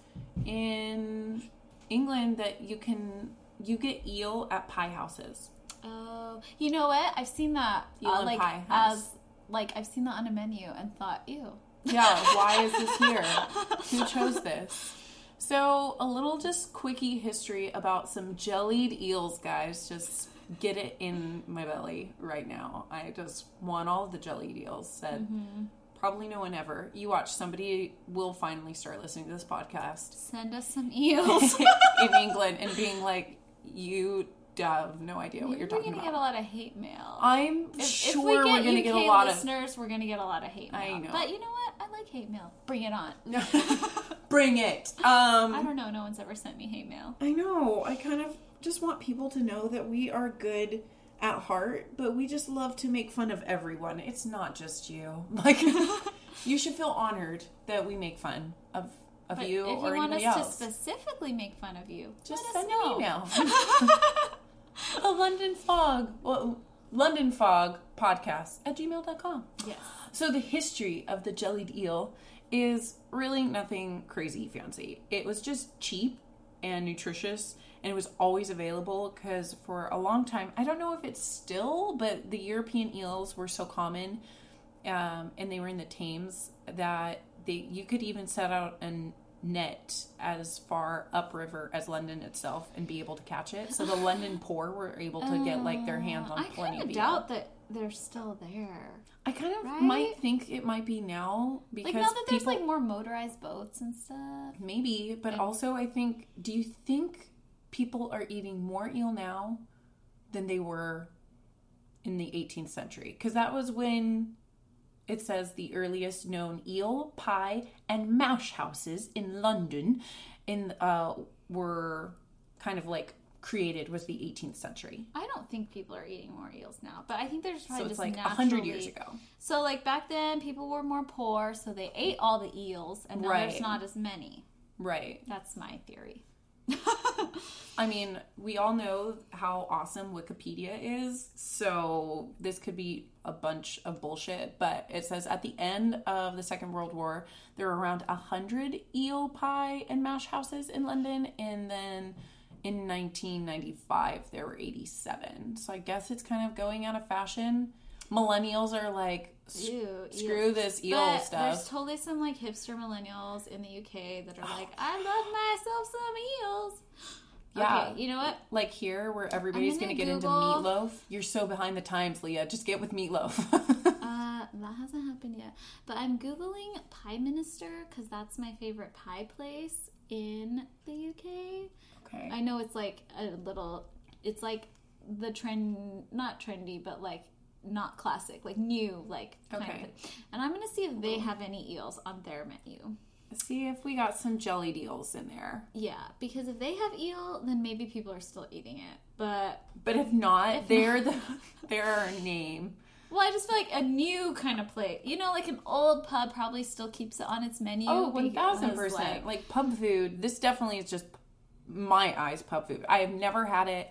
B: in England that you can you get eel at pie houses.
C: Oh, you know what? I've seen that uh,
B: Eel and
C: like
B: pie house.
C: as like I've seen that on a menu and thought, ew.
B: Yeah, why is this here? Who chose this? So, a little just quickie history about some jellied eels, guys. Just get it in my belly right now. I just want all the jellied eels said.
C: Mm-hmm.
B: Probably no one ever. You watch, somebody will finally start listening to this podcast
C: Send us some eels.
B: in England and being like, you have no idea what you're
C: we're
B: talking
C: gonna
B: about.
C: get a lot of hate mail.
B: I'm
C: if,
B: sure
C: if we get
B: are gonna
C: UK
B: get a lot of
C: listeners, we're gonna get a lot of hate mail.
B: I know.
C: but you know what? I like hate mail. Bring it on.
B: Bring it.
C: I
B: Um,
C: don't know. No one's ever sent me hate mail.
B: I know. I kind of just want people to know that we are good at heart, but we just love to make fun of everyone. It's not just you. Like, you should feel honored that we make fun of of
C: But
B: you
C: if
B: or
C: you want us
B: anybody else.
C: to specifically make fun of you,
B: just
C: let
B: send
C: us know.
B: an email. a London Fog. Well, London Fog podcast at gmail.com.
C: Yes.
B: So the history of the jellied eel is really nothing crazy fancy. It was just cheap and nutritious and it was always available because for a long time, I don't know if it's still, but the European eels were so common um, and they were in the Thames that they you could even set out a net as far upriver as London itself and be able to catch it. So the London poor were able to get like their hands on
C: I
B: plenty
C: kind
B: of
C: of
B: eel.
C: doubt that they're still there.
B: I kind of
C: Right?
B: might think it might be now because
C: Like now that there's
B: people
C: like more motorized boats and stuff.
B: maybe, but also I think do you think people are eating more eel now than they were in the 18th century? Because that was when it says the earliest known eel pie and mouse houses in London in uh, were kind of like created was the 18th century.
C: I don't think people are eating more eels now, but I think there's probably
B: So it's
C: just
B: like a
C: naturally.
B: hundred years ago.
C: So like back then, people were more poor, so they ate all the eels, and now
B: Right.
C: there's not as many.
B: Right.
C: That's my theory.
B: I mean, we all know how awesome Wikipedia is, so this could be a bunch of bullshit, but it says at the end of the Second World War, there were around 100 eel pie and mash houses in London, and then in 1995, there were 87. So I guess it's kind of going out of fashion. Millennials are like, "S-
C: Ew,
B: screw
C: eels.
B: this eel
C: but There's
B: stuff. Oh.
C: totally some like hipster millennials in the UK that are like, I love myself some eels.
B: Yeah.
C: Okay, you know what?
B: like here, where everybody's
C: gonna
B: going to get into
C: Google-
B: meatloaf, you're so behind the times, Leah. Just get with meatloaf.
C: Uh, that hasn't happened yet. But I'm googling Pie Minister because that's my favorite pie place in the UK.
B: okay.
C: I know it's like a little. It's like the trend, not trendy, but like not classic, like new, like kind
B: Okay.
C: of. thing. And I'm gonna see if they have any eels on their menu.
B: See if we got some jelly deals in there.
C: Yeah, because if they have eel, then maybe people are still eating it. But
B: But if not, they're the they're our name.
C: well, I just feel like a new kind of plate. You know, like an old pub probably still keeps it on its menu.
B: Oh, one thousand
C: because,
B: percent.
C: like-
B: Like pub food. This definitely is just my eyes pub food. I have never had it.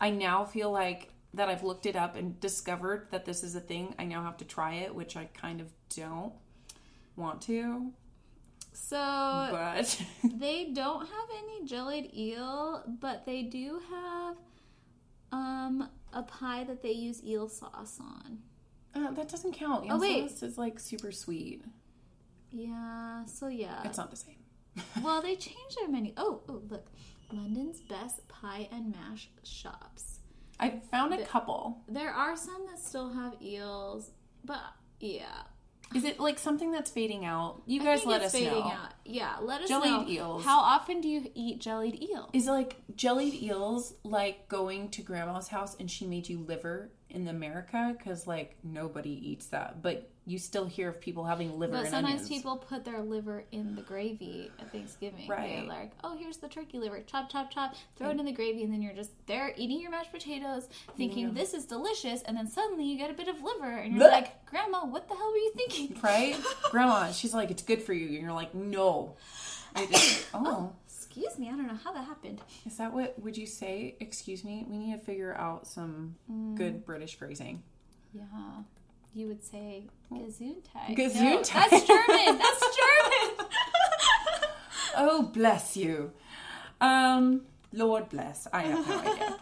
B: I now feel like that I've looked it up and discovered that this is a thing. I now have to try it, which I kind of don't want to.
C: so
B: But
C: They don't have any jellied eel, but they do have um a pie that they use eel sauce on.
B: uh, that doesn't count.
C: Oh, wait.
B: This is like super sweet.
C: Yeah, so yeah.
B: It's not the same.
C: Well, they changed their menu. Oh, oh, look. London's best pie and mash shops.
B: I found a couple.
C: There are some that still have eels, but yeah.
B: Is it like something that's fading out? You guys let us know.
C: out. Yeah, let us
B: Jellied
C: know.
B: eels.
C: How often do you eat jellied eel?
B: Is like jellied eels like going to grandma's house and she made you liver in America? Because like nobody eats that, but you still hear of people having liver
C: But
B: and
C: sometimes
B: onions.
C: people put their liver in the gravy at Thanksgiving. They're
B: Right.
C: like, oh, here's the turkey liver, chop, chop, chop, throw it in the gravy, and then you're just there eating your mashed potatoes, thinking this is delicious, and then suddenly you get a bit of liver, and you're
B: Blech.
C: like, Grandma, what the hell were you thinking?
B: right? Grandma, she's like, it's good for you, and you're like, no. I just, oh,
C: Excuse me, I don't know how that happened.
B: is that what? Would you say? Excuse me. We need to figure out some
C: Mm.
B: good British phrasing.
C: Yeah, you would say Gesundheit.
B: Gesundheit.
C: No, that's German. That's German.
B: Oh, bless you. Um, Lord bless. I have no idea.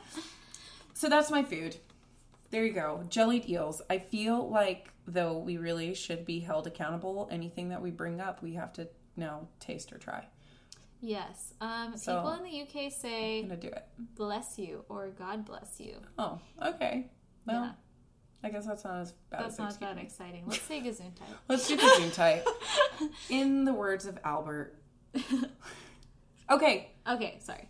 B: So that's my food. There you go. Jellied eels. I feel like though we really should be held accountable. Anything that we bring up, we have to now taste or try.
C: yes. Um,
B: So-
C: people in the UK
B: I'm
C: say
B: gonna do it.
C: "bless you" or "God bless you."
B: Oh, okay. Well,
C: Yeah.
B: I guess that's not as bad
C: That's
B: as
C: not
B: excuse-
C: that exciting. Let's say Gesundheit.
B: Let's do the Zoom type. In the words of Albert. Okay,
C: Okay, sorry.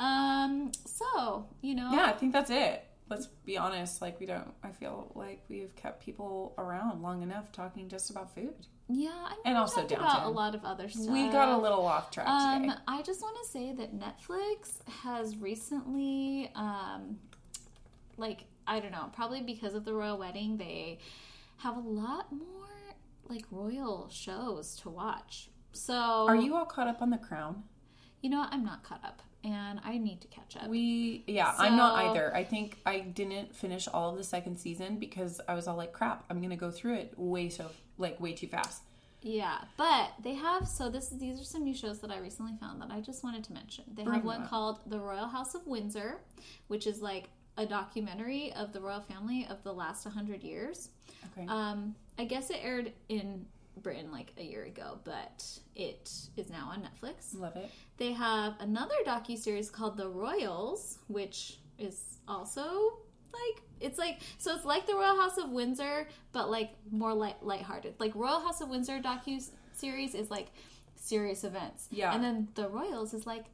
C: Um, so, you know,
B: Yeah, I think that's it. Let's be honest. Like, we don't, I feel like we've kept people around long enough talking just about food.
C: yeah, I mean,
B: And
C: we
B: also
C: talked
B: downtown.
C: about a lot of other stuff.
B: We got a little off track
C: Um,
B: today.
C: I just want to say that Netflix has recently, um, like, I don't know, probably because of the royal wedding, they have a lot more like royal shows to watch. So,
B: Are you all caught up on The Crown?
C: You know, what? I'm not caught up, and I need to catch up.
B: We, yeah, I'm not
C: So-
B: either. I think I didn't finish all of the second season because I was all like, crap, I'm going to go through it way so, like, way too fast.
C: Yeah, but they have so this these are some new shows that I recently found that I just wanted to mention. They have
B: Bring
C: one
B: that.
C: called The Royal House of Windsor, which is like a documentary of the royal family of the last 100 years.
B: Okay.
C: Um, I guess it aired in Britain like a year ago, but it is now on Netflix.
B: Love it.
C: They have another docu series called The Royals, which is also like it's like so it's like the Royal House of Windsor, but like more light lighthearted. Like Royal House of Windsor docu series is like serious events,
B: Yeah.
C: and then The Royals is like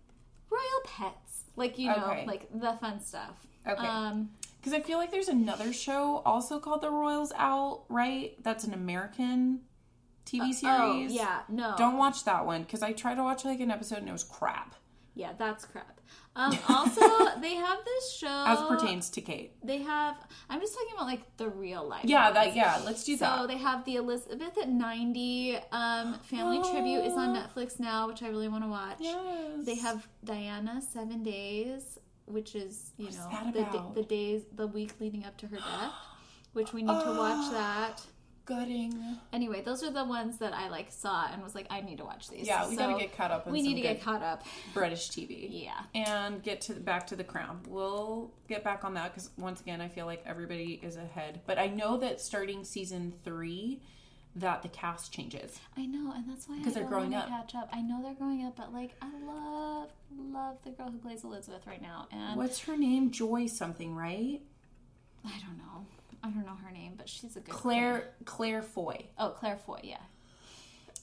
C: royal pets, like you know,
B: Okay.
C: like the fun stuff.
B: Okay.
C: Um,
B: Because I feel like there's another show also called The Royals Out, right? That's an American TV
C: oh
B: series.
C: yeah, no,
B: Don't watch that one because I tried to watch like an episode and it was crap
C: yeah, that's crap. Um, also, they have this show
B: as pertains to Kate.
C: They have. I'm just talking about like the real life.
B: Yeah,
C: ones.
B: that yeah. Let's do
C: So
B: that.
C: Oh, they have the Elizabeth at 90 um, family tribute is on
B: Oh.
C: Netflix now, which I really want to watch.
B: yes.
C: They have Diana seven days, which is you know
B: that
C: the,
B: about?
C: the days the week leading up to her death, which we need to watch that.
B: gutting.
C: Anyway, those are the ones that I like saw and was like, I need to watch these.
B: Yeah, we
C: So
B: gotta get caught up. On
C: we
B: some
C: need to
B: good
C: get caught up.
B: British TV.
C: Yeah.
B: And get to back to the crown. We'll get back on that because once again, I feel like everybody is ahead. But I know that starting season three, that the cast changes.
C: I know, and that's why I
B: 'Cause they're
C: don't
B: growing
C: wanna
B: up.
C: Catch up. I know they're growing up, but like I love love the girl who plays Elizabeth right now, and
B: What's her name? Joy something, right?
C: I don't know, I don't know her name, but she's a good
B: Claire Claire Foy.
C: Oh, Claire Foy, yeah,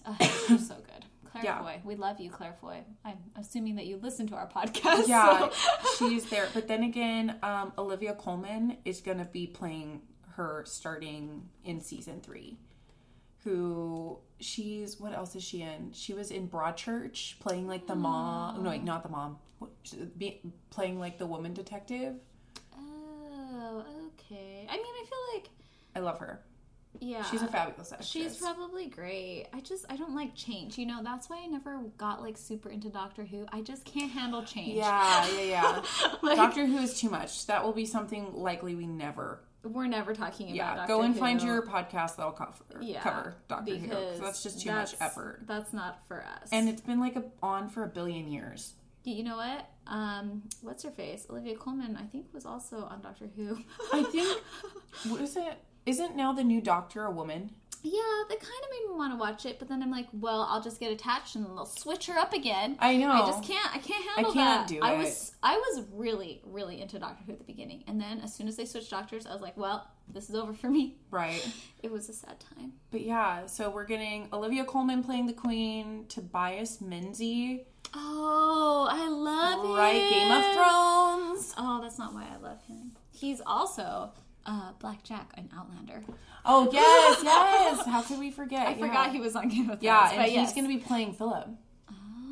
C: Ugh, you're so good, Claire
B: Yeah.
C: Foy. We love you, Claire Foy. I'm assuming that you listen to our podcast.
B: Yeah,
C: so-
B: she's there. But then again, um, Olivia Coleman is going to be playing her starting in season three. Who she's? What else is she in? She was in Broadchurch playing like the
C: Mm.
B: mom. No, wait, not the mom. What- she- be- Playing like the woman detective.
C: Oh, okay. I mean, I feel like
B: I love her.
C: yeah,
B: She's a fabulous actress.
C: She's probably great. I just I don't like change. You know, that's why I never got like super into Doctor Who. I just can't handle change.
B: yeah, yeah, yeah.
C: Like,
B: Doctor Who is too much. That will be something likely we never.
C: we're never talking about.
B: Yeah,
C: Doctor
B: go and
C: Who.
B: find your podcast that'll cover, cover Doctor Who
C: because
B: because that's just too much
C: that's-
B: effort.
C: That's not for us.
B: and it's been like a, on for a billion years.
C: you know what? Um, what's her face? Olivia Colman, I think, was also on Doctor Who.
B: I think- What is it? Isn't now the new doctor a woman?
C: yeah, that kind of made me want to watch it, but then I'm like, well, I'll just get attached and then they'll switch her up again.
B: I know.
C: I just can't. I can't handle
B: can't
C: that.
B: do
C: I
B: it.
C: was I was really really into Doctor Who at the beginning, and then as soon as they switched doctors, I was like, well, this is over for me.
B: Right.
C: It was a sad time.
B: But yeah, so we're getting Olivia Coleman playing the queen, Tobias Menzies,
C: Oh, I love him.
B: right? Game of Thrones.
C: Oh, that's not why I love him. He's also uh, Black Jack in Outlander.
B: Oh, yes, yes. How could we forget?
C: I forgot he was on Game of Thrones.
B: Yeah, and
C: but
B: he's
C: yes.
B: going to be playing Philip.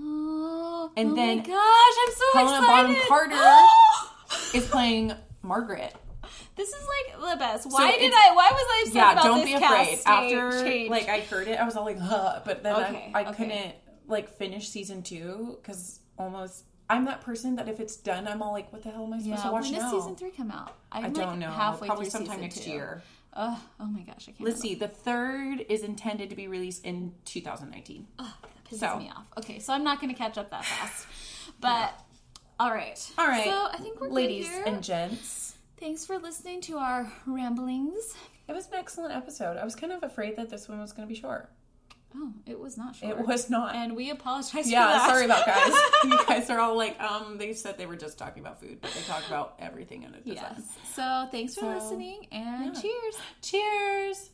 C: Oh,
B: And
C: oh
B: then
C: my gosh, I'm so
B: Helena Bonham
C: excited.
B: Carter is playing Margaret.
C: this is like the best. Why did
B: it's-
C: I? Why was I upset
B: yeah,
C: about
B: don't
C: this
B: be afraid.
C: cast
B: After
C: change?
B: like I heard it, I was all like, huh, but then
C: Okay,
B: I, I
C: okay.
B: couldn't like finish season two because almost I'm that person that if it's done, I'm all like, what the hell am I supposed
C: yeah,
B: to watch
C: when
B: now?
C: does season three come out? I'm
B: I
C: like,
B: don't know.
C: Halfway
B: Probably
C: through
B: sometime
C: season
B: next
C: two.
B: year.
C: Ugh, oh my gosh, I can't.
B: Let's see. The third is intended to be released in 2019.
C: Ugh, that pisses
B: So.
C: me off. Okay, so I'm not going to catch up that fast, but. All right.
B: All right,
C: So I think we're good
B: ladies
C: here.
B: and gents.
C: Thanks for listening to our ramblings.
B: It was an excellent episode. I was kind of afraid that this one was going to be short.
C: Oh, it was not short.
B: It was not.
C: And we apologize for
B: yeah,
C: that.
B: sorry about guys. you guys are all like, um, they said they were just talking about food, but they talk about everything in it.
C: yes. So thanks for
B: So,
C: listening and
B: yeah.
C: cheers.
B: Cheers.